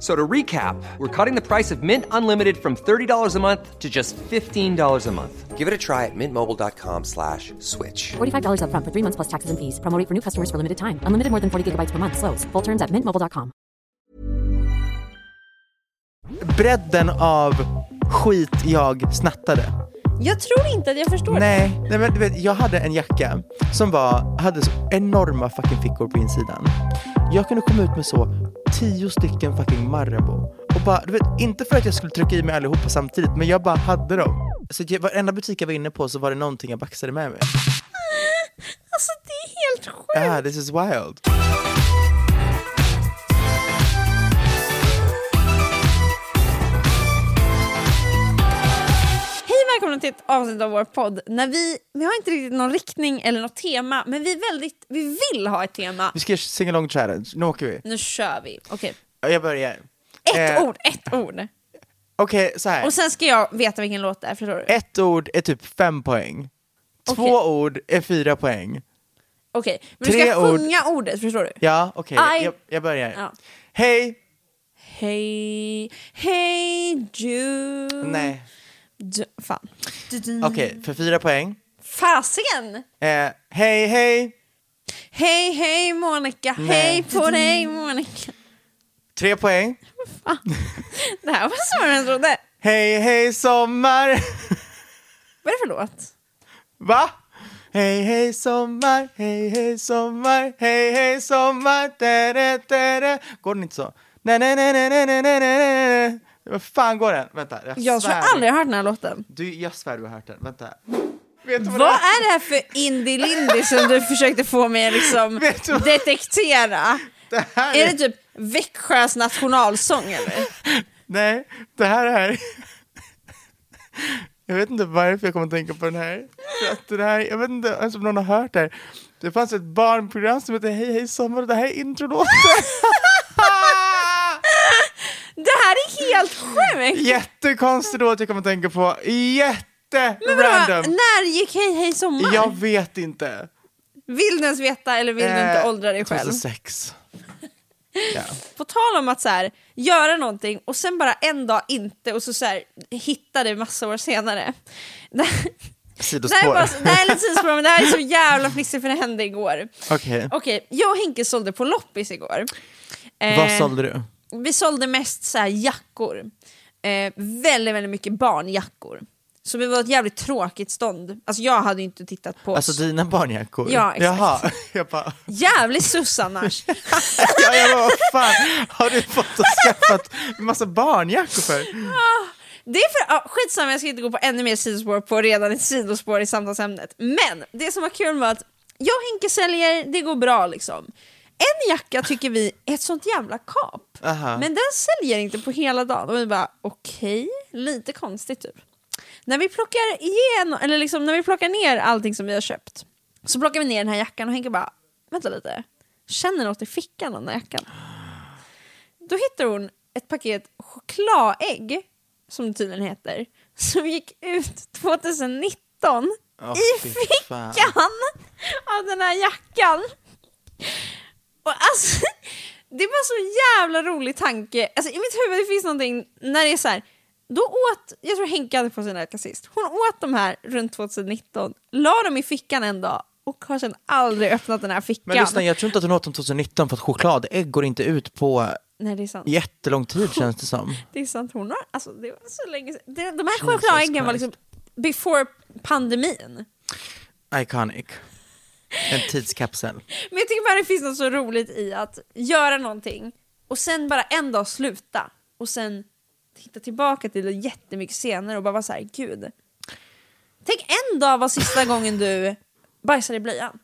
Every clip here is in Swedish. So to recap, we're cutting the price of Mint Unlimited from $30 a month to just $15 a month. Give it a try at mintmobile.com slash switch. $45 upfront for three months plus taxes and fees. Promo rate for new customers for limited time. Unlimited more than 40 gigabytes per month. Slows. Full terms at mintmobile.com. Bredden av skit jag snattade. Jag tror inte att jag förstår Nej, nej men du vet, jag hade en jacka som var, hade så enorma fucking fickor på insidan. Jag kunde komma ut med så tio stycken fucking Marabou. Och bara, du vet, inte för att jag skulle trycka i mig allihopa samtidigt, men jag bara hade dem. Så att jag, varenda butik jag var inne på så var det någonting jag baxade med mig. det. Alltså det är helt sjukt. Ah, this is wild. Hej välkomna till ett avsnitt av vår podd. När vi, vi har inte riktigt någon riktning eller något tema, men vi, är väldigt, vi vill ha ett tema. Vi ska göra sing along challenge, nu åker vi. Nu kör vi. Okej. Jag börjar. Ett Eh, ord, ett ord. Okej, så här. Och sen ska jag veta vilken låt det är, förstår du? Okej, Ett ord är typ fem poäng. Två Okej. ord är fyra poäng. men du Tre ska ord. sjunga ordet, förstår du? Ja, okej. I- Jag, jag börjar. Ja. Mm. Hej! Hej, hej Jude. Nej. Du, fan. Okej, för fyra poäng. Fasiken! Eh, hej, hej! Hej, hej Monica, hej på dig Monica. Tre poäng. Det här var svårare än jag trodde. Hej, hej sommar! Vad är det för låt? Va? Hej, hej sommar, hej, hej sommar, hej, hej sommar, tere, tere. Går den inte så? Nej, nej, nej, nej, nej, nej, nej, nej, nej. Vad fan går den? Vänta, jag, Jag tror svär. aldrig jag har hört den här låten. Du, jag svär du har hört den. Vänta. Vet du vad, Vad det är? är det här för indie-lindy som du försökte få mig att liksom Vet du vad? detektera? Det här Är det typ Växjös nationalsång eller? Nej, det här är... Jag vet inte varför jag kommer att tänka på den här. För att det här jag vet inte ens om någon har hört det här. Det fanns ett barnprogram som hette Hej hej sommar och det här är introlåten. Det här är helt sjukt! Jättekonstig låt jag kommer att tänka på. Men vadå, Jätterandom. när gick Hej Hej Sommar? Jag vet inte. Vill du ens veta eller vill du inte Eh, åldra dig själv? 2006. Ja. På tal om att så här, göra någonting och sen bara en dag inte och så, så här, hitta det massa år senare. Det, det, här, är Sidospår. bara, det här är lite sidospår men det här är så jävla fnissigt för det hände igår. Okej, Okej, jag och Henke sålde på loppis igår. Eh, vad sålde du? Vi sålde mest så här jackor. Eh, väldigt, väldigt mycket barnjackor. Så vi var ett jävligt tråkigt stånd. Alltså jag hade ju inte tittat på Alltså dina barnjackor? Ja, exakt. Jaha, jag bara... Jävligt sus annars. Ja, jag bara, vad fan har du fått och skaffat en massa barnjackor för? Det är för, ah, skitsamma, jag ska inte gå på ännu mer sidospår på redan ett sidospår i samtalsämnet. Men det som var kul var att jag och Henke säljer, det går bra liksom. En jacka tycker vi är ett sånt jävla kap. Aha. Men den säljer inte på hela dagen. Och vi bara okej, lite konstigt typ. När vi plockar igen, eller liksom när vi plockar ner allting som vi har köpt. Så plockar vi ner den här jackan och Henke bara, vänta lite. Känner något i fickan av den här jackan? Då hittar hon ett paket chokladägg, som det tydligen heter, som gick ut 2019 Åh, i fy fickan fan. av den här jackan. Och alltså, det var så jävla rolig tanke. Alltså, I mitt huvud det finns någonting när det är så här. Då åt, jag tror Henke hade på sig en jacka sist, hon åt de här runt 2019, la dem i fickan en dag och har sedan aldrig öppnat den här fickan. Men lyssna, jag tror inte att hon åt dem 2019 för att chokladägg går inte ut på Nej, det är sant. jättelång tid känns det som. Det är sant, hon har, alltså det var så länge sedan. De, de här chokladäggen var liksom before pandemin. Iconic. En tidskapsel. Men jag tycker bara det finns något så roligt i att göra någonting och sen bara en dag sluta och sen hitta tillbaka till det jättemycket senare och bara vara så här, gud. Tänk en dag var sista gången du bajsade i blöjan.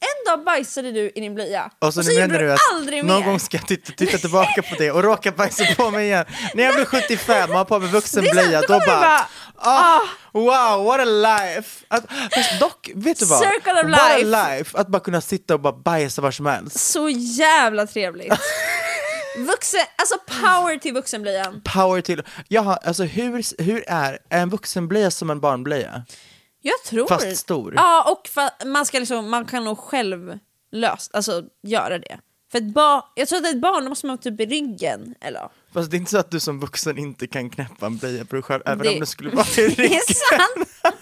En dag bajsade du i din blöja Och så, nu gjorde menar du du att aldrig någon mer. gång ska jag titta, titta tillbaka på det och råka bajsa på mig igen. När jag blir 75 och har på mig vuxenblöja, Det då är sant, då bara, kommer du ah, wow, what a life! Att, fast dock, vet du vad? Circle of what life. a life! Att bara kunna sitta och bara bajsa var som helst. Så jävla trevligt. Vuxen, alltså power till vuxenblöjan. Power till, jaha, alltså hur, hur är en vuxenblöja som en barnblöja? Jag tror... Fast stor. Ja, och fa- man, ska liksom, man kan nog själv lösa, alltså göra det. För ett barn, jag tror att ett barn då måste man ha typ i ryggen, eller? ja. Fast det är inte så att du som vuxen inte kan knäppa en blöja på dig själv, även Det- om det skulle vara i Det ryggen. är sant!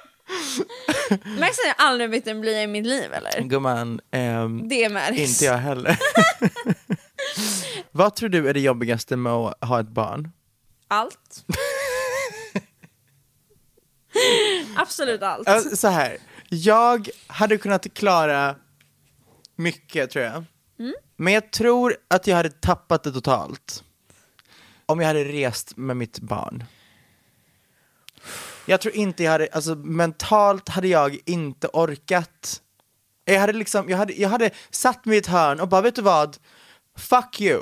Märks att jag aldrig bytt en blöja i mitt liv eller? Gumman, ehm, Det märks. inte jag heller. Vad tror du är det jobbigaste med att ha ett barn? Allt. Absolut allt. Alltså, så här, jag hade kunnat klara mycket tror jag. Men jag tror att jag hade tappat det totalt. Om jag hade rest med mitt barn. Jag tror inte jag hade, alltså mentalt hade jag inte orkat. Jag hade liksom, jag hade, jag hade satt mig i ett hörn och bara, vet du vad? Fuck you.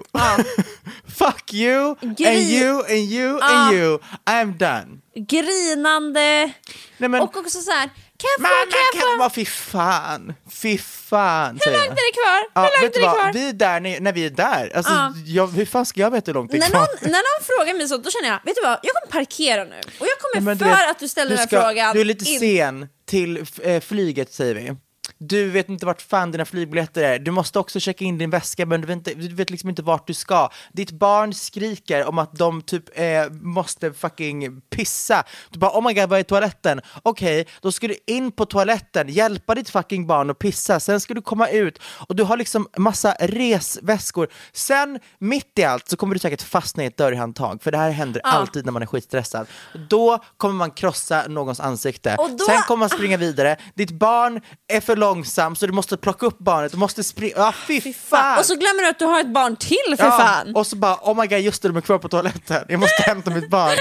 Fuck you, and Gri- you, and you, Ah. and you. I'm done. Grinande. Nej, men- Och också så här, kan jag få, Mamma kan jag kan få? vara fy fan, fy fan Hur säger långt jag. är det kvar? Ja, hur vet långt är du det vad? kvar? Vi är där när, när vi är där. Alltså, Ja. jag, hur fan ska jag veta hur långt det är När kvar? någon, när någon frågar mig så, då känner jag, vet du vad, jag kommer parkera nu. Och jag kommer Nej, men för att du ställer den ska- här frågan. Du är lite in- sen till f- eh, flyget säger vi. Du vet inte vart fan dina flygbiljetter är, du måste också checka in din väska men du vet, inte, du vet liksom inte vart du ska. Ditt barn skriker om att de typ eh, måste fucking pissa. Du bara oh my god, var är toaletten? Okej, då ska du in på toaletten, hjälpa ditt fucking barn att pissa, sen ska du komma ut och du har liksom massa resväskor. Sen mitt i allt så kommer du säkert fastna i ett dörrhandtag, för det här händer alltid när man är skitstressad. Då kommer man krossa någons ansikte. Och då- Sen kommer man springa vidare, ditt barn är för långsam så du måste plocka upp barnet, du måste springa, ah, fy, fan! Och så glömmer du att du har ett barn till för Ja, fan. Och så bara oh my god just det, de är kvar på toaletten, jag måste hämta mitt barn.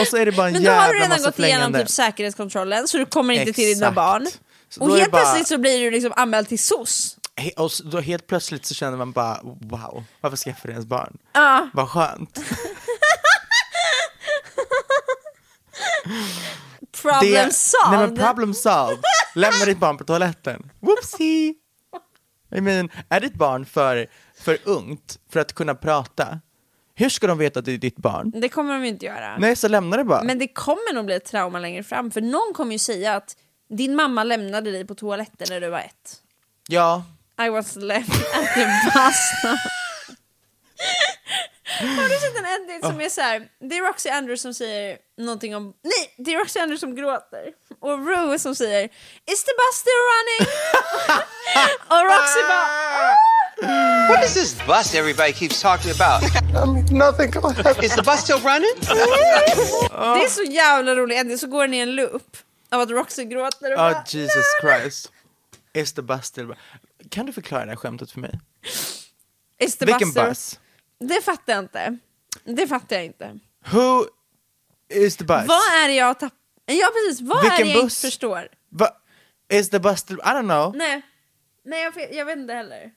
Och så är det bara en Men då jävla har du redan massa gått igenom flängande. typ säkerhetskontrollen så du kommer inte till dina Exakt. barn. Så då Och är det helt bara- plötsligt så blir du liksom anmäld till SOS. He- Och så- då helt plötsligt så känner man bara wow, varför skaffade jag ens barn? Vad skönt. Problem solved. Nej men problem solved. Lämna ditt barn på toaletten. Whoopsie! I mean, är ditt barn för, för ungt för att kunna prata? Hur ska de veta att det är ditt barn? Det kommer de ju inte göra. Nej, så lämna det bara. Men det kommer nog bli ett trauma längre fram för någon kommer ju säga att din mamma lämnade dig på toaletten när du var ett. Ja, I was left at the bus stop. Har du sett en edit Ah. som är så här? Det är Roxy Andrews som säger någonting om... Nej, det är Roxy Andrews som gråter. Och Rue som säger Is the bus still running? och Roxy bara... "Ah!" What is this bus everybody keeps talking about? nothing. Is the bus still running? Ah. Det är så jävla rolig edit, så går den i en loop av att Roxy gråter och oh, bara... Jesus Christ. Is the bus still... Kan du förklara det här skämtet för mig? Is the Vilken still-" bus? Det fattar jag inte. Det fattar jag inte. Who is the bus? Vad är det jag tappar? Ja precis, vad är Vilken det jag buss? inte förstår? Va- Is the bus still... I don't know. Nej, Nej jag, vet, jag vet inte heller.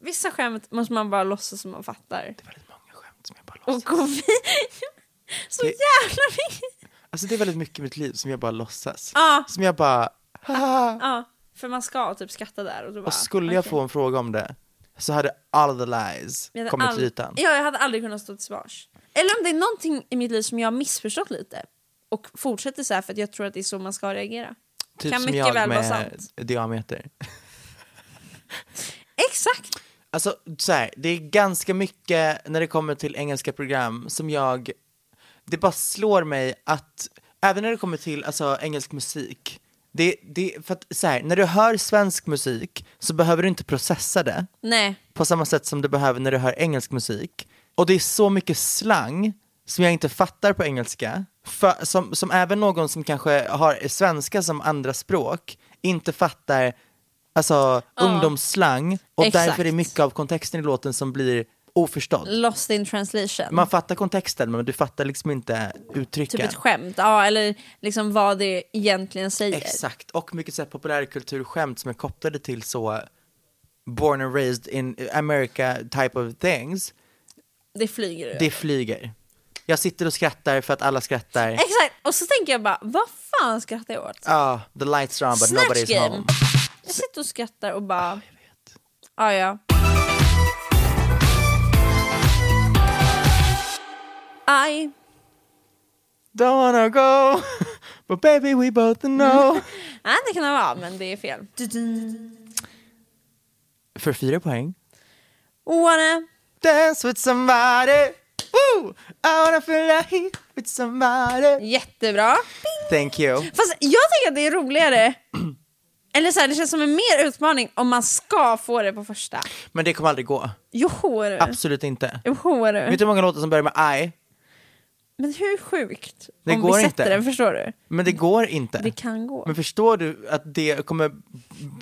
Vissa skämt måste man bara låtsas som man fattar. Det är väldigt många skämt som jag bara låtsas. Och gå vidare. Så Det- jävla mycket. Alltså det är väldigt mycket i mitt liv som jag bara låtsas. Ja. Som jag bara... "Haha." Ja, för man ska typ skratta där. Och, då bara, Och skulle jag okej. få en fråga om det så hade all the lies Jag hade kommit ald- till ytan. Ja, jag hade aldrig kunnat stå till svars. Eller om det är någonting i mitt liv som jag har missförstått lite och fortsätter så här för att jag tror att det är så man ska reagera. Typ kan som mycket jag väl vara med sant. diameter. Exakt! Alltså så här, det är ganska mycket när det kommer till engelska program som jag, det bara slår mig att även när det kommer till alltså, engelsk musik, Det, det, för att, så här, när du hör svensk musik så behöver du inte processa det Nej. på samma sätt som du behöver när du hör engelsk musik. Och det är så mycket slang som jag inte fattar på engelska, för, som, som även någon som kanske har svenska som andra språk inte fattar alltså, ungdomsslang och Exakt. därför är mycket av kontexten i låten som blir oförstådd. Lost in translation. Man fattar kontexten men du fattar liksom inte typ uttrycken. ett skämt, ja, eller liksom vad det egentligen säger. Exakt, och mycket så här populärkulturskämt som är kopplade till så born and raised in America type of things. Det flyger över. Det flyger. Jag sitter och skrattar för att alla skrattar. Exakt, och så tänker jag bara, vad fan skrattar jag åt? Ah, the lights are on but Snatch nobody's game. home. Jag sitter och skrattar och bara... Ja, ja. I... Don't wanna go, but baby we both know. Nej, det kan det vara, men det är fel. för fyra poäng. Wanna... Dance with somebody, woo! I wanna feel the heat with somebody. Jättebra. Thank you. Fast jag tycker att det är roligare. Eller så här, det känns som en mer utmaning om man ska få det på första. Men det kommer aldrig gå. Joho du. Absolut inte. Joho du. Vet du hur många låtar som börjar med I? Men hur sjukt Det om går vi sätter inte. den, förstår du? Men det går inte. Det kan gå. Men förstår du att det kommer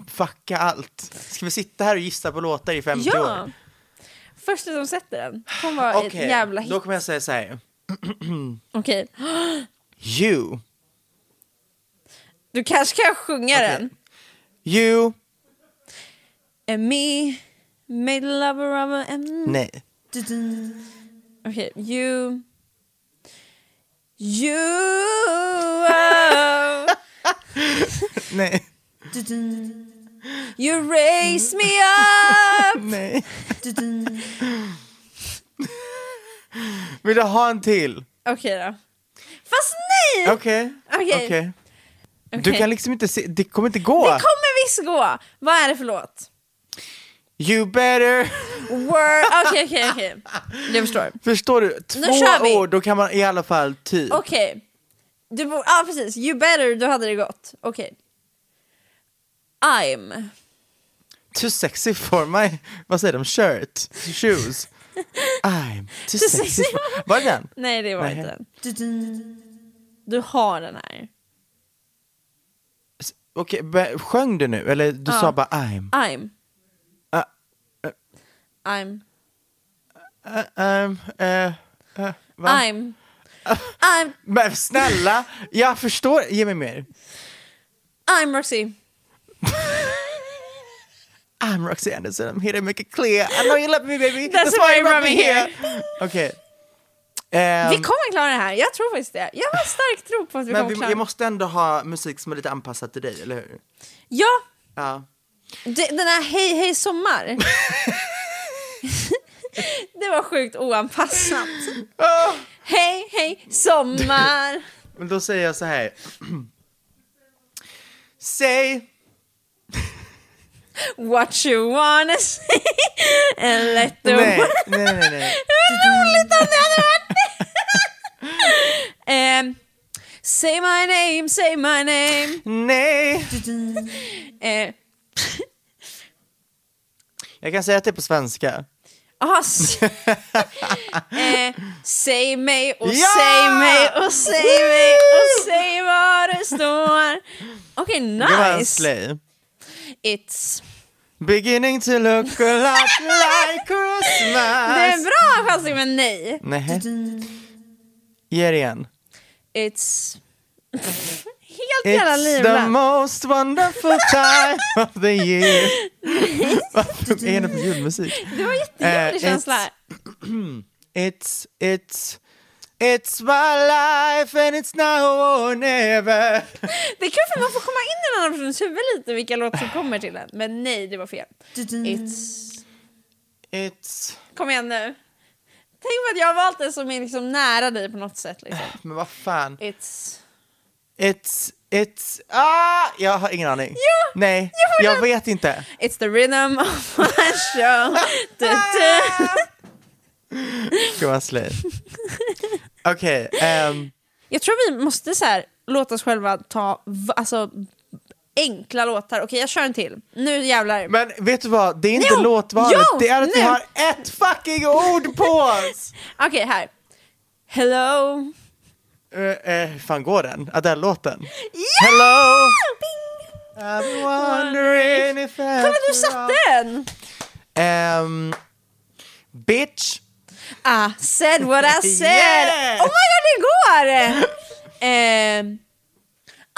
fucka allt? Ska vi sitta här och gissa på låtar i 50 ja! år? Första som sätter den kommer vara Okej, ett jävla hit. då kommer jag säga så här. Okej, You, du kanske kan sjunga den. you, And me, made lover of a... and- nej. Okej, you... You... oh. Nej, you raise me up nej. Vill du ha en till? Okej då. Fast nej! Okej. Okej. okej. Du Okej. kan liksom inte se, det kommer inte gå. Det kommer visst gå! Vad är det för låt? You better. Word... Okej, okej, okej. Jag förstår. Förstår du? Två kör vi. ord, då kan man i alla fall typ. Okej. Du bor, ja ah, precis, you better, då hade det gått. Okej. I'm. Too sexy for my, vad säger de, shirt, shoes. I'm too sexy sexy for... Var det den? Nej det var Nej. inte den. Du har den här. S- Okej, be- sjöng du nu? Eller du sa bara I'm? I'm. Ah, eh. I'm. Uh, um, eh, eh, va? I'm. I'm. Men snälla, jag förstår, ge mig mer. I'm Roxy. I'm Roxy Anderson, I'm here to make it clear. I know you love me baby, That's why you brought me here. Okej. Ehm, Vi kommer klara det här, jag tror faktiskt det. Jag har en stark tro på att vi men kommer vi, klara jag det. måste ändå ha musik som är lite anpassad till dig, eller hur? Ja, Ja. det, den här Hej Hej Sommar. det var sjukt oanpassat. Hej Hej Sommar. Men då säger jag så här. Säg, What you wanna see and let the nej, world... nej, nej, nej. Vad roligt om det hade varit det! Ehm, say my name, say my name. nej. Eh, Jag kan säga att det är på svenska. aha, s- eh, säg mig och Ja! säg mig och säg mig och säg var det står. Okej, Det var en nice. slay. It's... Beginning to look a lot like Christmas. Det är en bra chansning, men nej. Nej. Ge det igen. It's... Helt jävla It's the livlöst. most wonderful time of the year. Varför är det för julmusik? Det var en jättejobbig Eh, känsla. it's- It's, it's, it's my life and it's now or never. Det är kul för man får komma in i en annan persons huvud lite vilka låtar som kommer till en. Men nej, det var fel. It's... It's... Kom igen nu. Tänk på att jag har valt en som är liksom nära dig på något sätt. Liksom. Men vad fan. It's... It's, it's... Ah! Jag har ingen aning. Ja, Nej, jag jag, har den. vet inte. It's the rhythm of my show. Du, du. Gud vad slay. Okej, ehm, Jag tror vi måste så här, låta oss själva ta v- alltså, enkla låtar. Okej, jag kör en till. Nu jävlar. Men vet du vad, det är inte Jo! låtvalet, Jo! det är att vi Nu! har ett fucking ord på oss! Okej, här. Hello. Eh, eh, fan går den? Adele-låten? Hello! I've been wondering if Kolla, du satte den! Ehm, bitch! I said what I said! Yeah! Oh my god, det går! Ehm,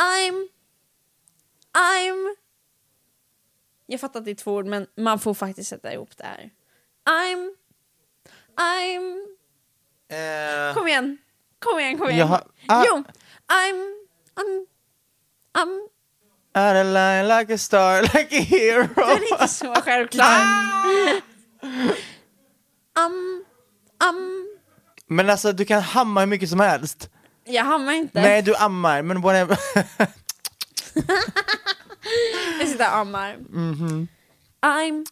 I'm... I'm... Jag fattar att det är två ord, men man får faktiskt sätta ihop det här. I'm... I'm... Eh, Kom igen! Kom igen, kom igen! Jag har- ah. Jo! I'm... I'm... I'm... out of line like a star, like a hero Den är inte så självklar. I'm... I'm... Men alltså du kan hamma hur mycket som helst Jag hammar inte. Nej du ammar, men whatever Jag sitter och ammar. Mhm. I'm...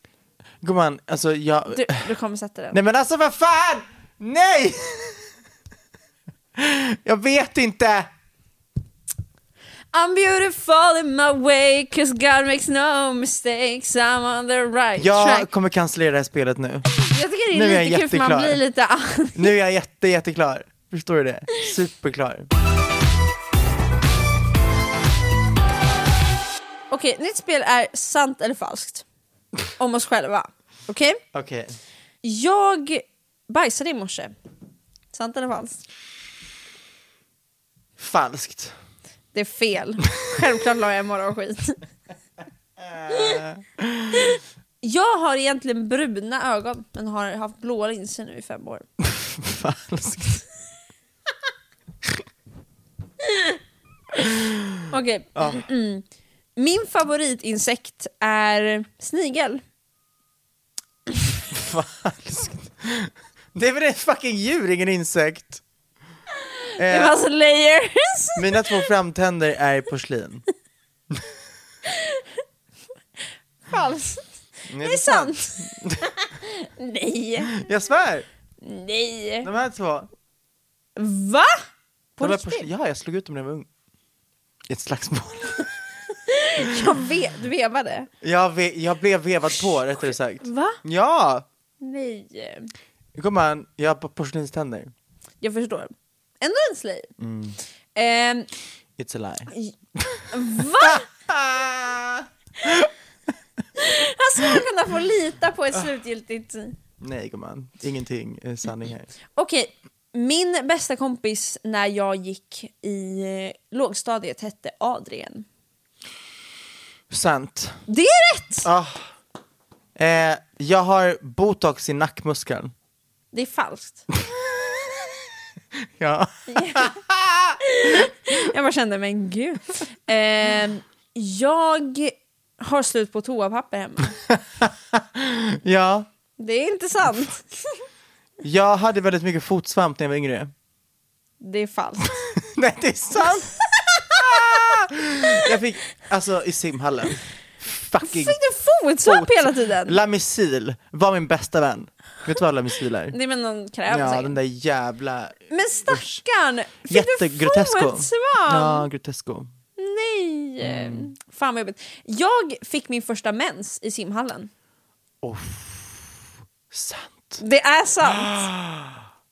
Gumman, alltså jag... Du, du kommer sätta den. Nej men alltså vad fan! Nej! jag vet inte! I'm beautiful in my way cause God makes no mistakes I'm on the right Jag track kommer cancellera det här spelet nu Jag tycker det Nu är, är jag lite kul för man jätteklar. blir lite arg. Nu är jag jätte, jätteklar. Förstår du det? Superklar. Okej, nytt spel är sant eller falskt Om oss själva Okej? Okej. Jag bajsade i morse Sant eller falskt? Falskt. Det är fel Självklart la jag morgonskit Jag har egentligen bruna ögon men har haft blåa linser nu i fem år Falskt. Okej. Mm. Min favoritinsekt är snigel. Falskt. Det är väl ett fucking djur, ingen insekt? Det Eh, var så layers. mina två framtänder är porslin. Falskt. Det Det är sant. nej, Jag svär! nej. De här två. Va? På De är riktigt? porslin. Ja, jag slog ut dem när jag var ung. I ett slagsmål. Jag vet, du vevade. Jag, ve- jag blev vevad på, rättare sagt. Va? Ja! Nej. Gumman, jag har på- porslinständer. Jag förstår. Ändå en slay. Ehm, It's a lie. va? Ah. Han skulle kunna Alltså, få lita på ett slutgiltigt... Nej gumman, ingenting är sanning här. Okej, min bästa kompis när jag gick i eh, lågstadiet hette Adrian. Sant. Det är rätt! Ah. Eh, jag har botox i nackmuskeln. Det är falskt. Ja. Jag bara kände, men gud. Ehm, jag har slut på toapapper hemma. ja. Det är inte sant. Jag hade väldigt mycket fotsvamp när jag var yngre. Det är falskt. Nej, det är sant! Ah! jag fick, alltså i simhallen, fucking Fick du fotsvamp Fot. hela tiden? Lamisil var min bästa vän. Vet du vad Lamisil är? Det är väl någon kräm Ja, säkert. den där jävla... Men stackarn! Fick Jättegrotesko. du fotsvamp? Ja, Mm. grotesko. Nej! Fan vad jobbigt. Jag fick min första mens i simhallen. Sant. Det är sant.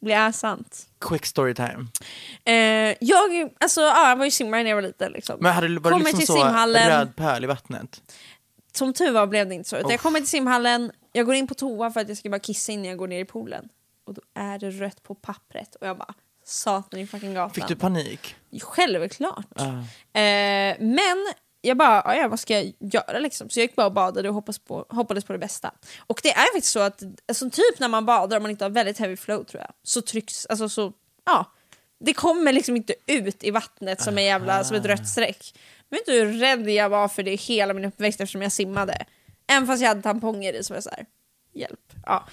Det är sant. Quick story time. Eh, jag, alltså, ja, jag var ju simmare när jag var liten. Liksom. Men hade du varit Kommer liksom till så simhallen. röd pöl i vattnet? Som tur var blev det inte så. Utan jag Uff. kommer till simhallen, jag går in på toa för att jag ska bara kissa innan jag går ner i poolen. Och då är det rött på pappret och jag bara satan i fucking gatan. Fick du panik? Självklart. Eh, men jag bara, "Ja, ja, vad ska jag göra liksom? Så jag gick bara och badade och hoppades på, hoppades på det bästa. Och det är faktiskt så att, alltså, typ när man badar, om man inte har väldigt heavy flow tror jag, så trycks, alltså så, ja. Det kommer liksom inte ut i vattnet som, en jävla, som ett rött streck. Men vet du hur rädd jag var för det hela min uppväxt eftersom jag simmade? Även fast jag hade tamponger i så var jag såhär, hjälp. Ja.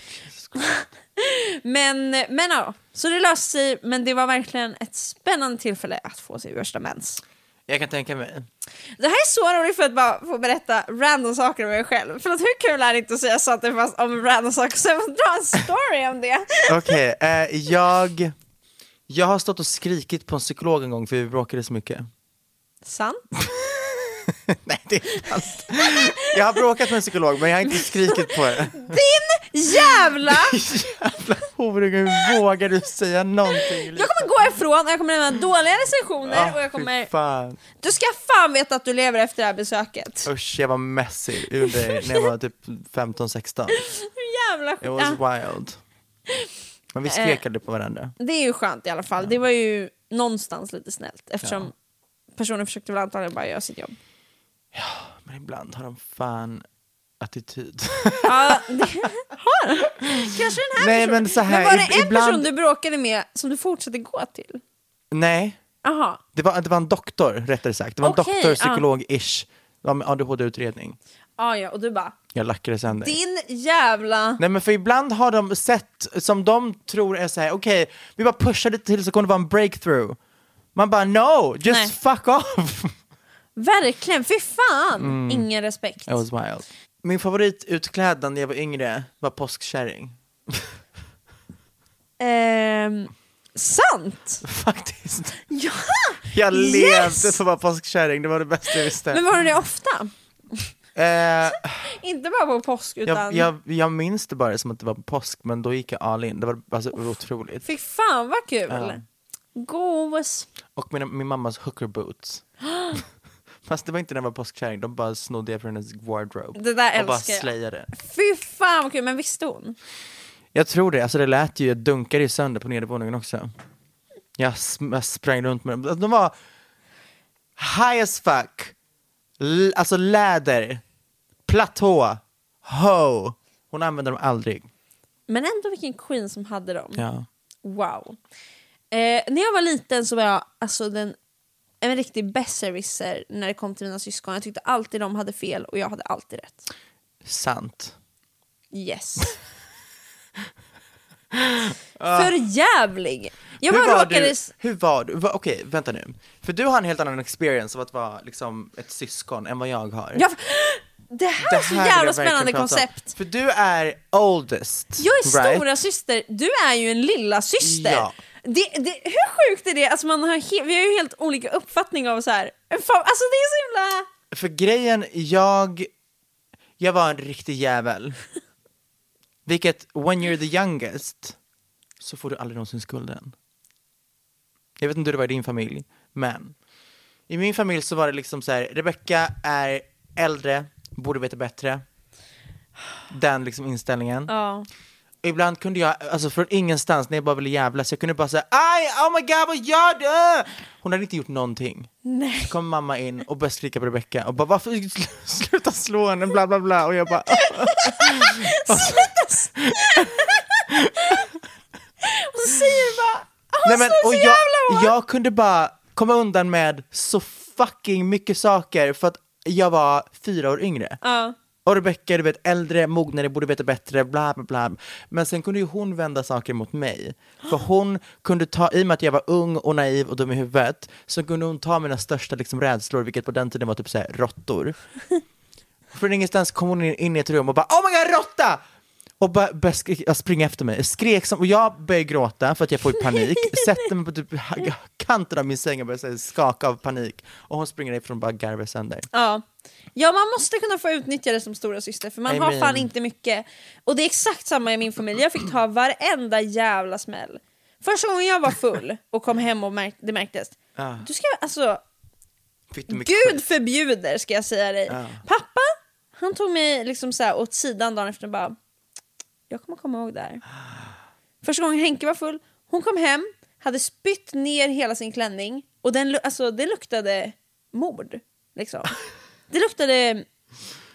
Men, men ja, så det löste sig. Men det var verkligen ett spännande tillfälle att få sin värsta mens. Jag kan tänka mig. Det här är så roligt för att bara få berätta random saker om mig själv. För att hur kul är det inte att säga saker fast om random saker sen få dra en story om det? Okej, eh, jag, jag har stått och skrikit på en psykolog en gång för vi bråkade så mycket. Sant? Nej, det är plast. Jag har bråkat med en psykolog, men jag har inte skrikit på det. Din jävla... Jävla horunge, hur vågar du säga någonting? Jag kommer gå ifrån och jag kommer lämna dåliga recensioner och jag Ah, kommer... fy fan. Du ska fan veta att du lever efter det här besöket. Usch, jag var messy ur dig när jag var typ 15-16. Hur jävla It skit. was Ja, wild. Men vi skrek aldrig på varandra. det är ju skönt i alla fall. Det var ju någonstans lite snällt eftersom personen försökte väl antagligen bara göra sitt jobb. Men ibland har de fan attityd. Ja, det har han. Kanske den här Nej, personen. men så här, men var det en ibland- person du bråkade med som du fortsatte gå till? Nej, Aha. det var, det var en doktor rättare sagt. Det var en Okej, doktor, psykolog-ish. Det var med ADHD-utredning. Ja, ja, och du bara Jag lackade sönder. din jävla... Nej men för ibland har de sett som de tror är så här: okej, vi bara pushar lite till så kommer det vara en breakthrough. Man bara no, just Nej. fuck off! Verkligen, fy fan! Mm. Ingen respekt. It was wild. Min favoritutklädnad när jag var yngre var påskkärring. Ehm, sant! Faktiskt. Ja! Jag Yes! levde för att vara påskkärring, det var det bästa jag visste. Men var det det ofta? Eh, Inte bara på påsk jag, utan... jag, jag minns det bara som att det var påsk, men då gick jag all in. Det var alltså, otroligt. Fy fan vad kul! Ja. Gås! Och min, min mammas hooker boots. Fast det var inte när jag var påskkärring, de bara snodde jag från hennes wardrobe. Det där och bara älskar jag. slöjade. Fy fan vad kul, men visste hon? Jag tror det, alltså det lät ju, jag dunkade ju sönder på nedervåningen också. Jag, sm- jag sprang runt med dem, Alltså, de var high as fuck, L- alltså läder, platå, ho. Hon använde dem aldrig. Men ändå vilken queen som hade dem. Ja. Wow. Eh, när jag var liten så var jag alltså den, en riktig besserwisser när det kom till mina syskon. Jag tyckte alltid de hade fel och jag hade alltid rätt. Sant. Yes. För jävlig. Jag bara hur, var råkade... du, hur var du? Va, Okej, vänta nu. För du har en helt annan experience av att vara liksom, ett syskon än vad jag har. Jag, det här är så vill jävla jag verkligen spännande prata om. koncept. För du är oldest. Jag är right? stora syster, du är ju en lilla syster. Ja. Det, det, hur sjukt är det? Alltså man har he, vi har ju helt olika uppfattning av så här. Fan, alltså det är så himla... För grejen, jag, jag var en riktig jävel. Vilket, when you're the youngest, så får du aldrig någonsin skulden. Jag vet inte hur det var i din familj, men i min familj så var det liksom så här, Rebecca är äldre, borde veta bättre. Den liksom inställningen. Ja. Och Ibland kunde jag, alltså från ingenstans, när jag bara ville jävlas, jag kunde bara säga aj, oh my god vad gör du? Hon hade inte gjort någonting. Nej. Så kom mamma in och började skrika på Rebecca och bara varför sl- sluta slå henne, bla bla bla. Och jag bara, Och så säger du bara... "Åh, nej men, så- och så jag, jävla hårt." jag kunde bara komma undan med så fucking mycket saker för att jag var fyra år yngre. Ja. Och Rebecca, du vet, äldre, mognare, borde veta bättre, bla bla bla. Men sen kunde ju hon vända saker mot mig. För hon kunde ta, i och med att jag var ung och naiv och dum i huvudet, så kunde hon ta mina största liksom, rädslor, vilket på den tiden var typ såhär råttor. Från ingenstans kom hon in, in i ett rum och bara “Oh my god, råtta!” och bara började skri- ja, springa efter mig. Skrek som, och jag började gråta för att jag får panik, sätter mig på typ ha- kanten av min säng och börjar så här skaka av panik. Och hon springer ifrån och bara garvar sönder. Ja. ja, man måste kunna få utnyttja det som stora syster för man I har mean- fan inte mycket. Och det är exakt samma i min familj, jag fick ta varenda jävla smäll. Första gången jag var full och kom hem och märk- det märktes, du ska alltså Fick du mycket Gud skit? förbjuder ska jag säga dig. Pappa, han tog mig liksom så här åt sidan dagen efter och bara Jag kommer komma ihåg det här. Första gången Henke var full, hon kom hem, hade spytt ner hela sin klänning och den, lu- alltså, det luktade mord. Liksom. Det luktade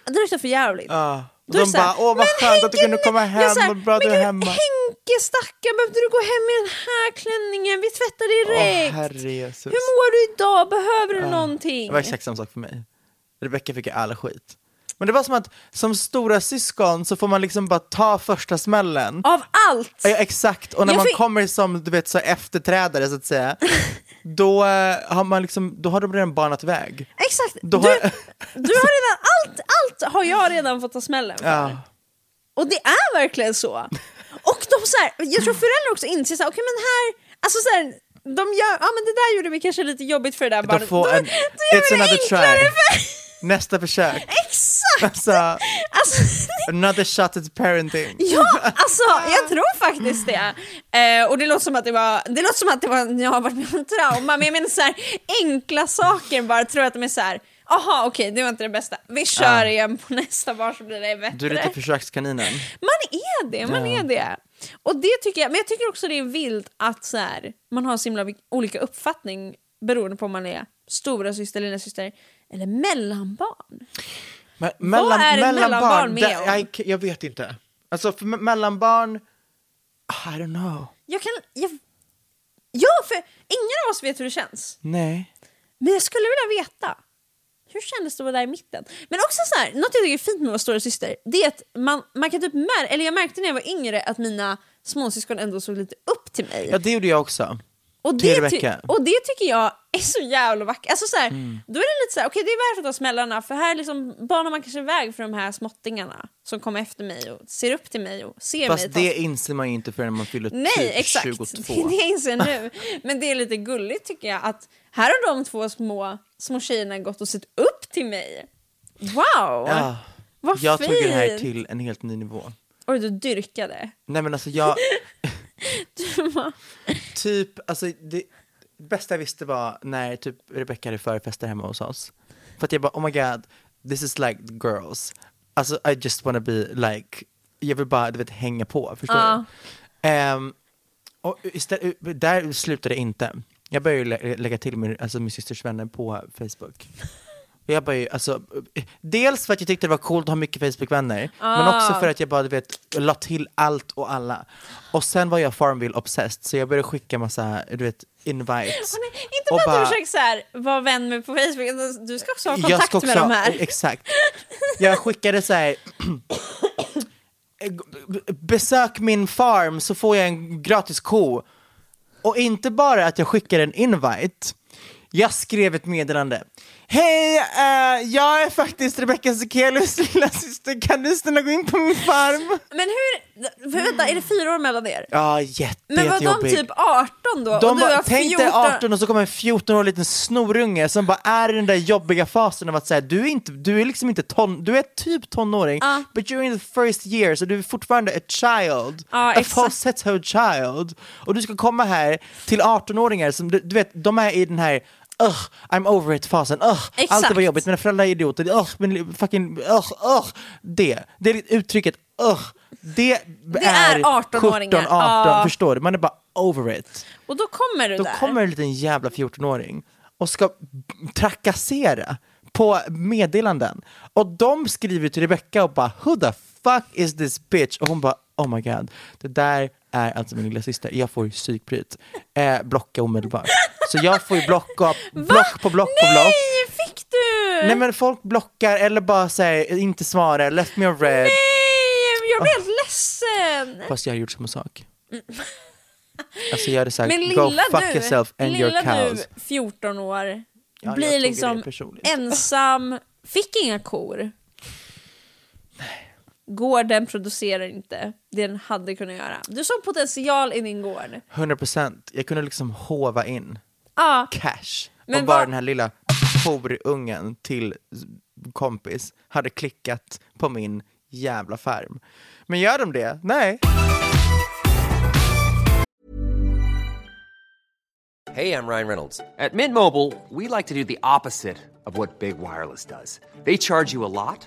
det luktade för jävligt. Ja. Och Då är det de så här, bara, åh vad "Men skönt att du Henke, kunde komma nej." Jag är hem så här, och bra att du "Men är gud, hemma. Henke stackarn, behövde du gå hem i den här klänningen? Vi tvättar direkt. Åh, herre Jesus. Hur mår du idag? Behöver du någonting? Det var exakt samma sak för mig. Rebecca fick ju all skit. Men det var som att som stora syskon så får man liksom bara ta första smällen. Av allt! Ah, Ja, exakt, och när Jag man fick- kommer som du vet, så efterträdare så att säga, då, eh, har man liksom, då har de redan banat väg. Exakt! Du, Då har- du har redan, allt, allt har jag redan fått ta smällen för. Ja. Ah. Och det är verkligen så. Och de så här, jag tror föräldrar också inser så här, okej men här, alltså så här, De gör, ja men det där gjorde mig kanske lite jobbigt för det där De barnet. får de, en, de it's gör det another enklare try. för... Nästa försök. Exakt! Alltså, Alltså, another shot at parenting. Ja, alltså jag tror faktiskt det. Eh, och det låter som att det var, det låter som att det var, jag har varit med om trauma, men jag menar så här, enkla saker bara tror att de är så här, aha okej det var inte det bästa, vi kör igen på nästa barn så blir det bättre. Du är lite försökskaninen. Man är det, man är det. Och det tycker jag, men jag tycker också det är vilt att så här, man har så himla vi- olika uppfattning beroende på om man är stora syster, lilla syster eller mellanbarn. Me- mellan, är ett mellanbarn med där- om? jag, jag vet inte. Alltså, för me- mellanbarn, ah, I don't know. Jag kan, jag, ja för ingen av oss vet hur det känns. Nej. Men jag skulle vilja veta. Hur kändes det att vara där i mitten? Men också så här, något jag tycker är fint med att vara stora syster, det är att man, man kan typ mär- eller jag märkte när jag var yngre att mina småsyskon ändå såg lite upp till mig. Ja, det gjorde jag också. och, till det ty- Rebecca. och det tycker jag är så jävla vackert. Alltså så här, Mm. Då är det lite så här, okej det är värt att ta smällarna för här liksom banar man kanske väg för de här småttingarna som kommer efter mig och ser upp till mig och ser mig. Fast ta det inser man ju inte förrän man fyller Nej, typ exakt. 22. Det är det jag inser nu. Men det är lite gulligt tycker jag att här har de två små, små tjejerna gått och sett upp till mig. Wow! Ja. Vad Jag fint! tog det här till en helt ny nivå. Oj, du dyrkade. Nej men alltså jag... typ, alltså det bästa jag visste var när typ Rebecca hade förfester hemma hos oss. För att jag bara, oh my god, this is like the girls. Alltså I just wanna be like, jag vill bara du vet hänga på, förstår Ja. du? Ehm, och istället, där slutade det inte. Jag började ju lä- lägga till min, alltså min systers vänner på Facebook. Och jag bara ju, alltså, dels för att jag tyckte det var coolt att ha mycket Facebook-vänner, men Ah. också för att jag bara du vet, la till allt och alla. Och sen var jag Farmville-obsessed, så jag började skicka massa du vet, invites. Åh, nej, inte Och bara, bara- att du försöker så här, vara vän med på Facebook, utan du ska också ha Jag kontakt ska också med de ha- här. Exakt. Jag skickade så här. Besök min farm så får jag en gratis ko. Och inte bara att jag skickade en invite. Jag skrev ett meddelande. Hej, eh, jag är faktiskt Rebecca Sekelius lilla syster. Kan du snälla gå in på min farm? Men hur, för vänta, är det fyra år mellan er? Ja, jätte, Men var de jättejobbig. typ 18 då? De var bara, tänk dig 14. 18 och så kommer en 14-årig liten snorunge som bara är i den där jobbiga fasen av att säga du är inte, du är liksom inte ton, du är typ tonåring, but you're in the first year, så du är fortfarande a child, Ja, a exakt. falsetto child. Och du ska komma här till 18-åringar som, du, du vet, de är i den här Ugh, I'm over it-fasen. Ugh, allt det var Exakt. jobbigt, mina föräldrar är idioter. Ugh, min li- fucking... Ugh, ugh. Det, det är uttrycket ugh. Det, är 18-åringar. 17, 18, Ja. förstår du? Man är bara over it. Och då kommer du Då där. kommer en liten jävla 14-åring och ska trakassera på meddelanden. Och de skriver till Rebecca och bara “Who the fuck is this bitch?” och hon bara “Oh my god, det där är alltså min lilla syster. jag får ju psykbryt. Eh, blocka omedelbart.” Så jag får ju blocka, block på block på Nej, block. fick du? Nej men folk blockar eller bara säger inte svarar, left me on red. Nej, jag blir helt ledsen! Fast jag har gjort samma sak. Alltså jag hade sagt Mm. Men “Go lilla fuck du, yourself and your lilla cows”. du, 14 år, jag tog blir det liksom personligt. ensam, fick inga kor. Gården producerar inte det den hade kunnat göra. Du såg potential i din gård. 100%. Jag kunde liksom hova in Ja, cash. Men och bara vad- den här lilla horungen till s- kompis hade klickat på min jävla farm. Men gör de det? Nej. Hey, I'm Ryan Reynolds. At Mint Mobile, we like to do the opposite of what Big Wireless does. They charge you a lot,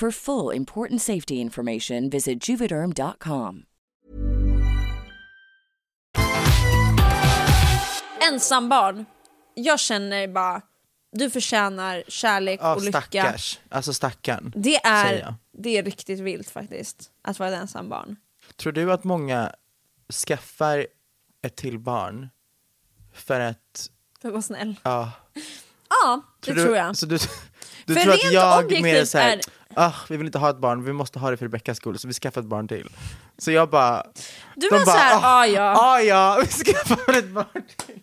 For full important safety information, visit juvederm.com. Ensam barn. Jag känner bara, du förtjänar kärlek Ja, och lycka. stackars. Alltså stackarn. Det säger jag. är, det är riktigt vilt faktiskt, att vara ett ensam barn. Tror du att många skaffar ett till barn för att, För att vara snäll. ja. Ja, det du, tror jag. Så du, du För tror att rent jag objektivt mer är såhär, är- ah, vi vill inte ha ett barn, vi måste ha det för Rebeckas skull, så vi skaffar ett barn till. Så jag bara, Du var såhär, ah ja. ah ja, vi skaffar ett barn till.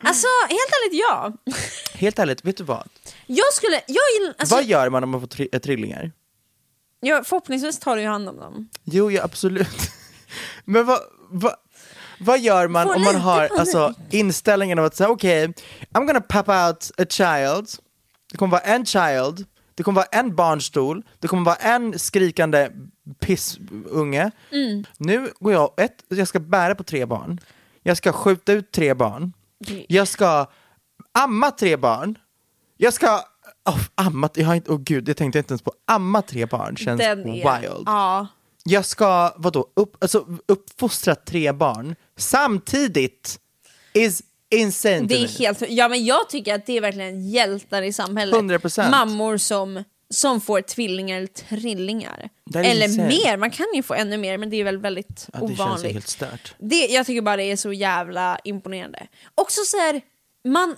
Alltså helt ärligt ja. Helt ärligt, vet du vad? Jag skulle, jag gillar, alltså, vad gör man om man får tri- eh, trillingar? jag, förhoppningsvis tar du ju hand om dem. Jo, ja, absolut. Men vad, vad, vad gör man Får om man lite har panik. alltså, inställningen av att säga okej, I'm gonna pop out a child, det kommer vara en child, det kommer vara en barnstol, det kommer vara en skrikande pissunge. Mm. Nu går jag, ett, jag ska bära på tre barn, jag ska skjuta ut tre barn, jag ska amma tre barn, jag ska Oh, amma, jag har inte, oh gud, jag tänkte inte ens på amma tre barn, känns Den är, wild Ja. jag ska vadå, upp, alltså, uppfostra tre barn samtidigt is insane to Det me. är helt, ja men jag tycker att det är verkligen hjältar i samhället. 100%. Mammor som, som får tvillingar eller trillingar. Det är Eller insane. mer, man kan ju få ännu mer men det är väl väldigt ja, det känns ju ovanligt. helt stört. Det, jag tycker bara det är så jävla imponerande. Också så här, man,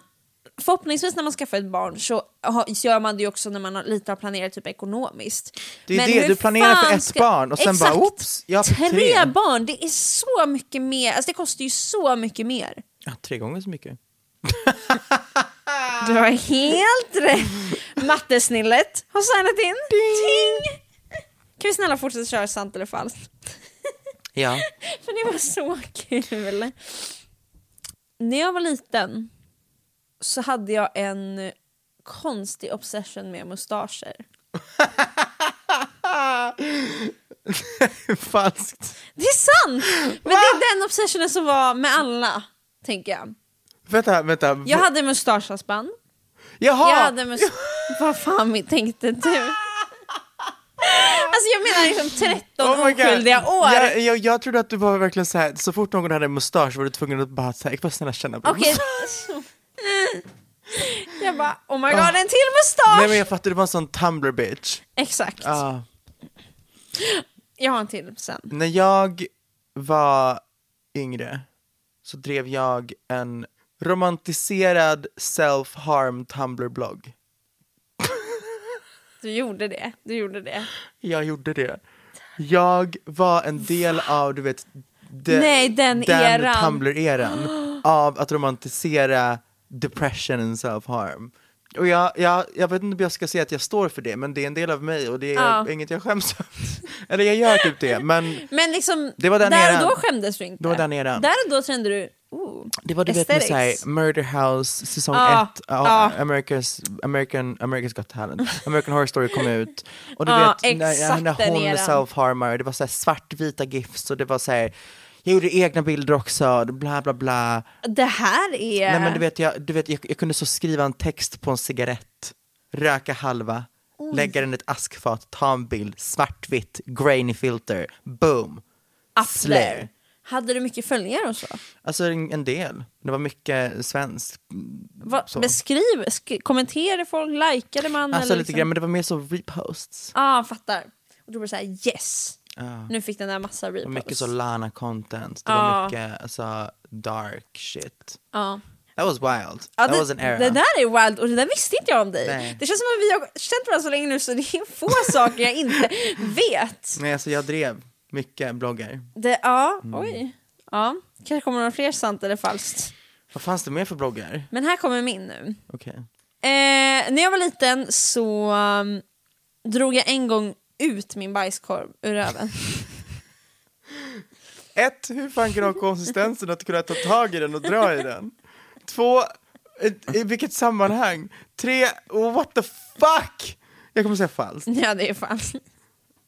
förhoppningsvis när man skaffar ett barn så ha, så gör man det ju också när man har, lite har planerat typ ekonomiskt. Det är det, hur du planerar för fan ett barn och sen Exakt. bara, "Oops, jag fick tre. tre." barn, det är så mycket mer, alltså det kostar ju så mycket mer. Ja, tre gånger så mycket. Du har helt rätt. Mattesnillet har signat in. Ting. Kan vi snälla fortsätta köra sant eller falskt? Ja. För det var så kul. När jag var liten så hade jag en konstig obsession med mustascher. Falskt. Det är sant! Men det är den obsessionen som var med alla, tänker jag. Vänta, vänta. Jag hade mustaschhalsband. Jaha! Jag hade mus- Vad fan vi tänkte du? Alltså jag menar liksom 13 Oh my God. oskyldiga år. Jag, jag, jag trodde att du var verkligen så här, så fort någon hade en mustasch var du tvungen att bara säga, jag får snälla känna på Okej. den." Jag bara, oh my god, en till mustasch! Nej men jag fattar, du var en sån Tumblr bitch. Exakt. Ja. Jag har en till sen. När jag var yngre så drev jag en romantiserad self-harm Tumblr-blogg. Du gjorde det. Du gjorde det. Jag gjorde det. Jag var en del av, du vet, de, Nej, den eran. Tumblr-eran av att romantisera depression and self-harm. Och jag, jag, jag vet inte om jag ska säga att jag står för det, men det är en del av mig och det är Ja. inget jag skäms över. Eller jag gör typ det, men Men liksom, Det var den där eran. och då skämdes du inte. Det var den eran. Där och då kände du, oh, Det var du vet med aesthetics. Ah, såhär, Murder House säsong Ja, 1, ja. America's, American, America's got talent, American Horror Story kom ut. Och du Ja, vet när, Ah, exakt när den hon eran. self-harmar, det var såhär svartvita gifs och det var såhär, jag gjorde egna bilder också, bla bla bla. Det här är... Nej men du vet, jag, du vet jag, jag kunde så skriva en text på en cigarett, röka halva, lägga den i ett askfat, ta en bild, svartvitt, grainy filter, boom. Up there. Hade du mycket följare och så? Alltså en, en del. Det var mycket svenskt. Vad- Så. beskriv, sk- kommenterade folk, likade man? Alltså lite eller liksom? grann, men det var mer så reposts. Ja, ah, fattar. Och då var det så här yes, Ja. nu fick den där massa Det var reposts. mycket så Lana content. Det Ja. var mycket alltså, dark shit. Ja. That was wild. Ja, That was an era. det där är wild och det där visste inte jag om dig. Nej. Det känns som att vi har känt varandra så länge nu så det är få saker jag inte vet. Nej, alltså jag drev mycket bloggar. Det, ja, Mm. oj. Ja, kanske kommer några fler sant eller falskt. Vad fanns det mer för bloggar? Men här kommer min nu. Okej. Eh, när jag var liten så um, drog jag en gång ut min bajskorv ur röven. Ett, hur fan kan du ha konsistensen att kunna ta tag i den och dra i den? Två, i, i vilket sammanhang? Tre, oh, what the fuck? Jag kommer säga falskt. ja, det är falskt.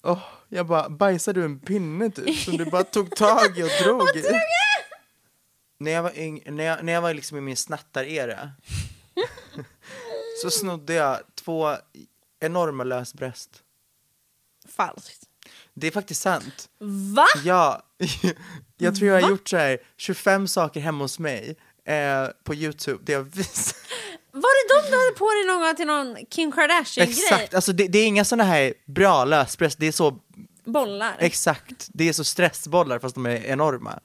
Åh, jag bara, bajsade du en pinne typ? Som du bara tog tag i och drog i? När jag var, yng, när jag, när jag var liksom i min snattarera så snodde jag två enorma lösbröst. Falskt. Det är faktiskt sant. Va? Ja, jag tror jag har gjort så här 25 saker hemma hos mig eh, på Youtube där jag visar. Var det de du hade på dig någon gång till någon Kim Kardashian-grej? Exakt, alltså det, det är inga såna här bra lösbröst, det är så Bollar. exakt, det är så stressbollar fast de är enorma.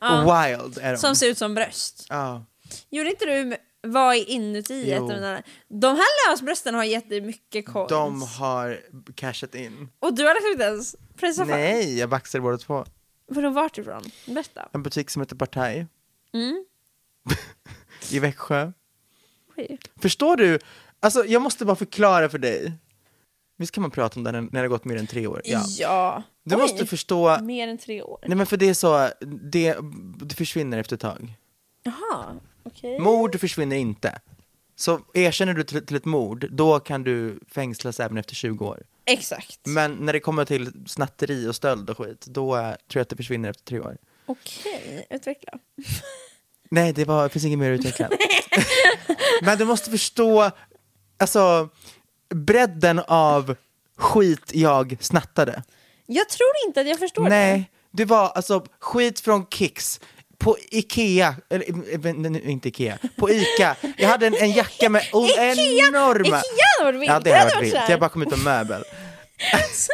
Ja. Och wild är de. Som ser ut som bröst. Ja. Gjorde inte du vad är inuti ett Jo. av de där? De här lösbrösten har gett dig mycket coins. De har cashat in. Och du har lagt ut ens pressa för. Nej, jag baxade båda två. Vadå vart ifrån? Berätta. En butik som heter Partaj Mm. i Växjö. Oj. Förstår du? Alltså jag måste bara förklara för dig. Visst kan man prata om det när när det har gått mer än tre år? Ja. Du Oj. måste förstå Mer än tre år. Nej men för det är så, det, det försvinner efter ett tag. Jaha, okej. Mord försvinner inte. Så erkänner du till, till ett mord, då kan du fängslas även efter 20 år. Exakt. Men när det kommer till snatteri och stöld och skit, då eh, tror jag att det försvinner efter tre år. Okej, utveckla. Nej, det var, det finns inget mer att utveckla. men du måste förstå, alltså, bredden av skit jag snattade. Jag tror inte att jag förstår Nej, det var alltså skit från Kicks. På Ikea, eller eh, eh, nej, inte Ikea, på Ica. Jag hade en, en jacka med o- Ikea! det. enorma... Ikea hade varit vilt. Ja, det hade varit så vilt. här. Alltså. Jag bara kom ut med möbel.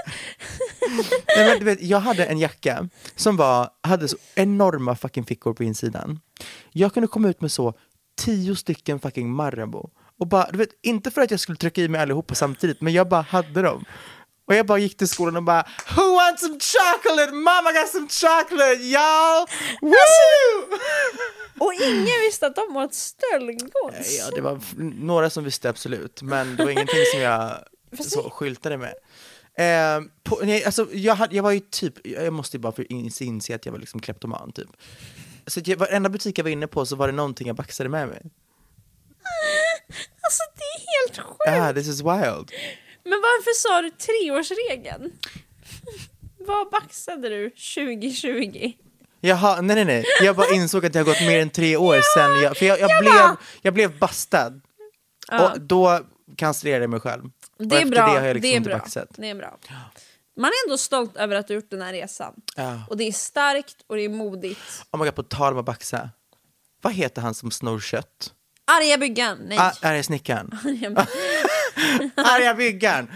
nej, men, du vet, jag hade en jacka som var, hade så enorma fucking fickor på insidan. Jag kunde komma ut med så tio stycken fucking Marabou. Och bara, du vet, inte för att jag skulle trycka i mig allihopa samtidigt, men jag bara hade dem. Och jag bara gick till skolan och bara Who wants some chocolate? Mama got some chocolate y'all! Woo! Och ingen visste att de åt stöldgods. Ja, det var f- några som visste absolut, men det var ingenting som jag så skyltade med. Eh, på, nej, alltså, jag, hade, jag var ju typ, jag måste ju bara för in, inse att jag var liksom kleptoman typ. Så att jag, varenda butik jag var inne på så var det någonting jag baxade med mig. Alltså det är helt sjukt. Ah, this is wild. Men varför sa du treårsregeln? Vad baxade du 2020? Jaha, nej nej nej. Jag bara insåg att jag har gått mer än tre år sen jag, för jag, jag, jag blev, bara- jag blev bastad. Ja. Och då cancellerade jag mig själv. och Det är efter bra. det Det, har jag liksom är inte bra. baxat. det är bra. Man är ändå stolt över att du gjort den här resan. Ja. Och det är starkt och det är modigt. Oh my god, på tal om att baxa. Vad heter han som snor kött? Arga byggaren, nej. Ah, arga snickaren. Arga by- arga byggaren.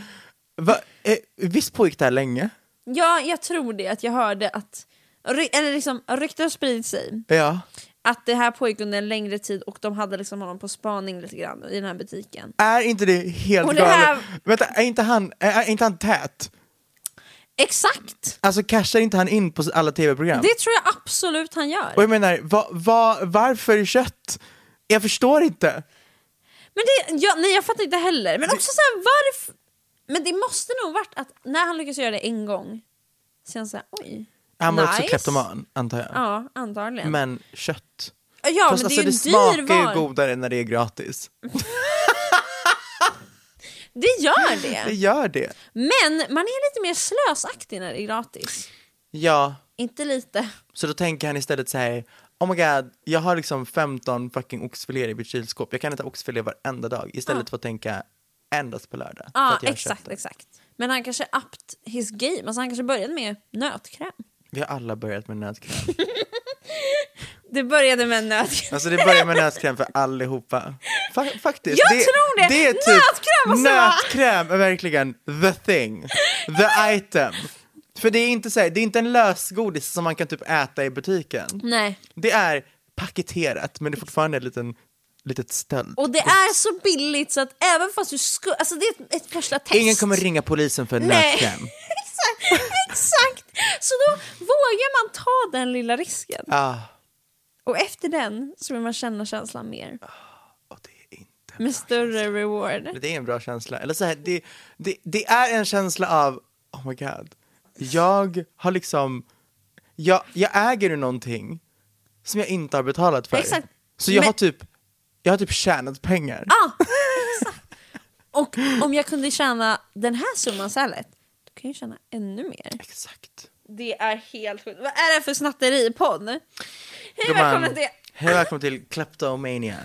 Va, eh, visst pågick det här länge? ja, jag tror det, att jag hörde att, ry- eller liksom rykte har spridit sig, Ja. att det här pågick under en längre tid och de hade liksom honom på spaning lite grann i den här butiken. Är inte det helt Och det galet? här- Vänta, är inte han, är, är inte han tät? Exakt! Alltså cashar inte han in på alla tv-program? Det tror jag absolut han gör. Och jag menar, va, va, varför kött? Jag förstår inte. Men det, ja, nej jag fattar inte heller. Men också såhär varför... Men det måste nog varit att när han lyckas göra det en gång, så är han såhär oj. Han var nice. också kleptoman, antar jag. Ja, antagligen. Men kött. ja, Fast men det alltså, är ju det en dyr smakar vara. ju godare när det är gratis. Det gör Det det. gör det. Men man är lite mer slösaktig när det är gratis. Ja, Inte lite. så då tänker han istället så här, oh my god, jag har liksom 15 fucking oxfiléer i mitt kylskåp, jag kan äta oxfilé varenda dag. Istället för att tänka endast på lördag. för Ja, att jag har köpt Ah. exakt, det. exakt. Men han kanske upped his game. Alltså han kanske började med nötkräm. Vi har alla börjat med nötkräm. Det började med en nötkräm. Alltså det börjar med nötkräm för allihopa. Fa faktiskt. Jag tror det. Det är typ Nötkräm måste det vara. Nötkräm är verkligen the thing. The item. För det är inte så här, det är inte en lösgodis som man kan typ äta i butiken. Nej. Det är paketerat men det är fortfarande ett liten, litet stöld. Och det är så billigt så att även fast du skulle... Alltså det är ett, ett första test. Ingen kommer ringa polisen för en Nej. nötkräm. Exakt, exakt. Så då vågar man ta den lilla risken. Ah, Och efter den så vill man känna känslan mer. och det är inte Med större reward. Det är en bra känsla. Eller så här, det, det, det är en känsla av, oh my god, jag har liksom, jag, jag äger ju någonting som jag inte har betalat för. Exakt. Så jag Men- Ah. har typ, jag har typ tjänat pengar. Ja, exakt. Och om jag kunde tjäna den här summan så här lätt, då kan jag tjäna ännu mer. Exakt. Det är helt sjukt. Vad är det för snatteri-podd? Hej Gumman, välkomna till... Hej välkommen till Kleptomania.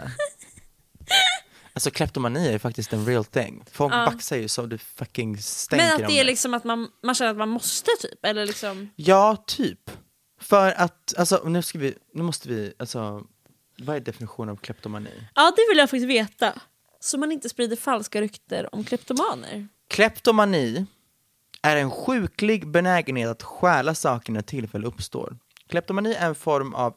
Alltså kleptomani är faktiskt en real thing. Folk baxar ju så du fucking stänker Men om att det är liksom att man, man känner att man måste typ, eller liksom... Ja, typ. För att, alltså nu ska vi, nu måste vi, alltså, vad är definitionen av kleptomani? Ja, det vill jag faktiskt veta. Så man inte sprider falska rykter om kleptomaner. Kleptomani är en sjuklig benägenhet att stjäla saker när tillfälle uppstår. Kleptomani är en form av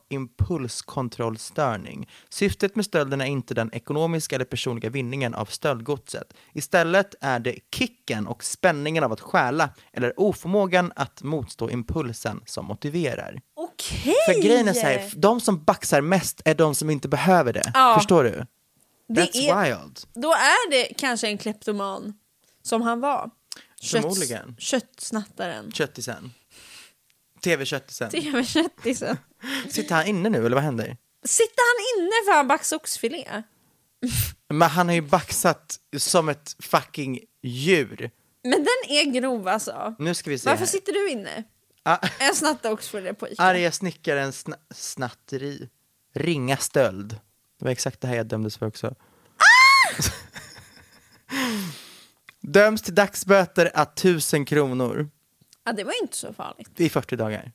impulskontrollstörning. Syftet med stölden är inte den ekonomiska eller personliga vinningen av stöldgodset. Istället är det kicken och spänningen av att stjäla eller oförmågan att motstå impulsen som motiverar. Okej! För grejen är så här, de som baxar mest är de som inte behöver det. Ja. Förstår du? Det That's är- wild. Då är det kanske en kleptoman som han var. Förmodligen. köttsnattaren. Köttisen. TV-köttisen. Tv-köttisen. Sitter han inne nu eller vad händer? Sitter han inne för han baxar oxfilé? Men han har ju baxat som ett fucking djur. Men den är grov alltså. Nu ska vi se Varför här. sitter du inne? Ah, En snatta oxfilé på Ica. arga snickaren sna snatteri. Ringa stöld. Det var exakt det här jag dömdes för också. Ah! Döms till dagsböter à 1000 kronor Ja, Ah, det var inte så farligt. i 40 dagar.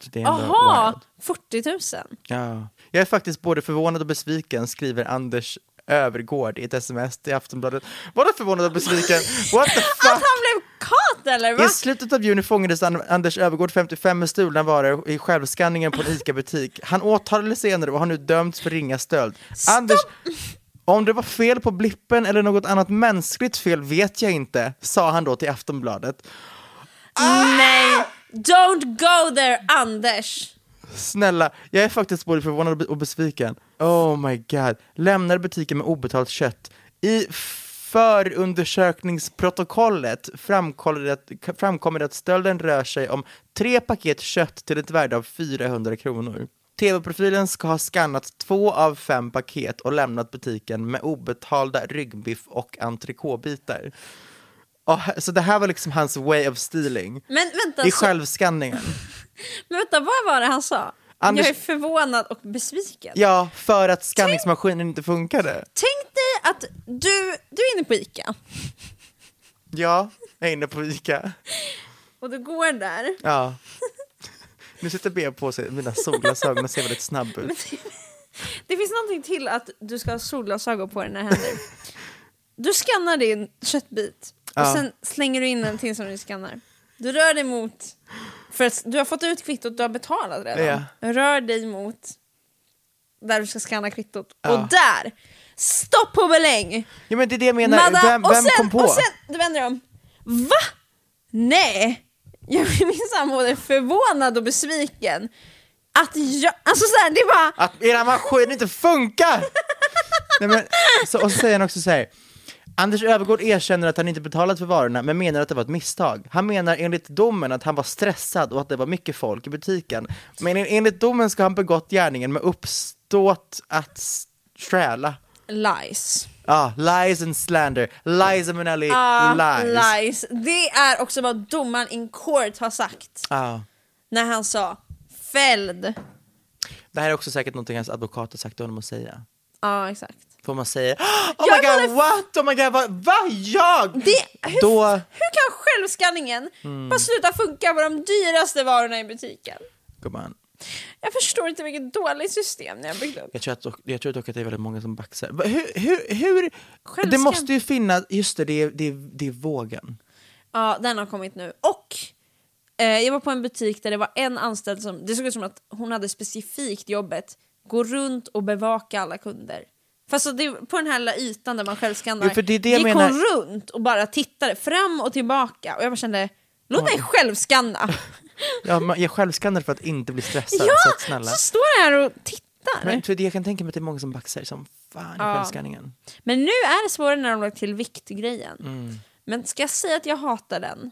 Så det är ändå Jaha, wild. 40 000. Ja. Jag är faktiskt både förvånad och besviken, skriver Anders Övergård i ett sms till Aftonbladet. Vadå förvånad och besviken? What the Att han fuck? blev kat eller? Va? I slutet av juni fångades An- Anders Övergård, 55, med stulna varor i självskanningen på en ICA-butik. Han åtalades senare och har nu dömts för ringa stöld. Anders, om det var fel på blippen eller något annat mänskligt fel vet jag inte, sa han då till Aftonbladet. Ah. Nej, don't go there Anders. Snälla, jag är faktiskt både förvånad och be- och besviken. Oh my god. Lämnar butiken med obetalt kött. I förundersökningsprotokollet framkommer det, att, framkommer det att stölden rör sig om tre paket kött till ett värde av 400 kronor. TV-profilen ska ha skannat två av fem paket och lämnat butiken med obetalda ryggbiff och entrecôtebitar. Och här- Så det här var liksom hans way of stealing. Men vänta, I så- självskanningen. Men vänta, vad var det han sa? Anders- Jag är förvånad och besviken. Ja, för att skanningsmaskinen inte funkade. Tänk dig att du, du är inne på Ica Ja, jag är inne på Ica. och du går där. Ja. Nu sätter B på sig mina solglasögon och ser väldigt snabb ut. Det finns någonting till att du ska ha solglasögon på dig när det händer. Du skannar din köttbit och Ja. sen slänger du in en till som du skannar. Du rör dig mot, för att du har fått ut kvittot, du har betalat redan. Rör dig mot där du ska skanna kvittot och där, stopp på beläng! Ja men det är det jag menar, Madda, vem, och vem sen, kom på? Och sen, du vänder om. Va? Nej! Jag blir minsann både förvånad och besviken. Att jag, alltså såhär, det var Att era maskin inte funkar! Nej, men, så, och så säger han också så här. Anders Övergård erkänner att han inte betalat för varorna men menar att det var ett misstag. Han menar enligt domen att han var stressad och att det var mycket folk i butiken. Men en- enligt domen ska han begått gärningen med uppståt att s- stjäla. lies. Ah, lies and slander. Lies and Minnelli, Ah, lies. lies. Det är också vad domaren in court har sagt Ah. när han sa fälld. Ja, Det här är också säkert någonting hans advokat har sagt till honom att säga. exakt. För om man säger oh Jag my är god, what? Oh my god, vad? Va? Jag? Det, hur, Då, hur kan självskanningen Mm. bara slutar funka på de dyraste varorna i butiken. Gumman. Jag förstår inte vilket dåligt system ni har byggt upp. Jag tror, att, dock- jag tror dock att det är väldigt många som baxar. Va- Hur, hur, hur, det måste ju finnas, just det, det är, det är, det är vågen. Ja, den har kommit nu. Och eh, jag var på en butik där det var en anställd som, det såg ut som att hon hade specifikt jobbet, gå runt och bevaka alla kunder. Fast så det, på den här lilla ytan där man själv skannar, Jo, för det är det jag gick hon menar. runt och bara tittade fram och tillbaka. Och jag bara kände, låt mig själv skanna. Ja, man- jag självskannar för att inte bli stressad. ja, så att, så, snälla. står jag här och tittar. Men, för det, jag kan tänka mig att det är många som baxar som fan i Ja. självskanningen. Men nu är det svårare när de lagt till viktgrejen. Mm. Men ska jag säga att jag hatar den?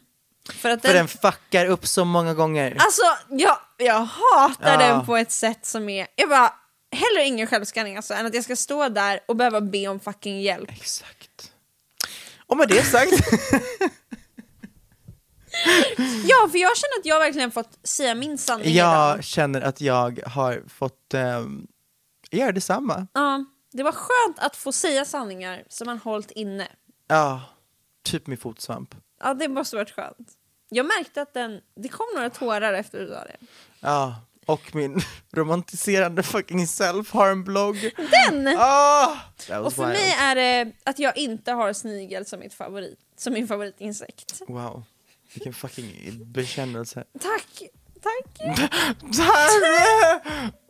För att För den fuckar upp så många gånger. Alltså, jag, jag hatar Ja. den på ett sätt som är... Jag bara, hellre ingen självskanning alltså, än att jag ska stå där och behöva be om fucking hjälp. Exakt. Och med det sagt, Mm. Ja, för jag känner att jag verkligen fått säga min sanning idag. jag känner att jag har fått um, göra detsamma. Ja, det var skönt att få säga sanningar som man hållit inne. Ja, typ min fotsvamp. Ja, det måste varit skönt. Jag märkte att den, det kom några tårar efter du sa det. Ja, och min romantiserande fucking self-harm-blogg. Den! Ah, that was Och för wild. mig är det att jag inte har snigel som, mitt favorit, som min favoritinsekt. Wow, vilken fucking bekännelse. Tack! Tack! Tarre!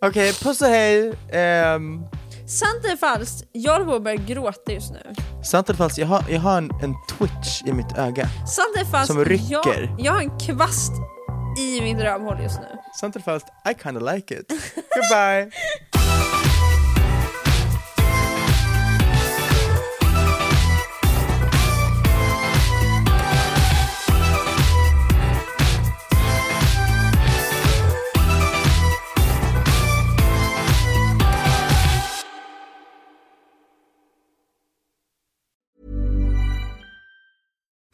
Okej, puss och hej. Um, Sant eller falskt, jag håller på att börja gråta just nu. sant eller falskt, jag har, jag har en, en twitch i mitt öga. Sant eller falskt, Som rycker. Jag, jag har en kvast i mitt rövhål just nu. Sant eller falskt, I kinda like it. Goodbye!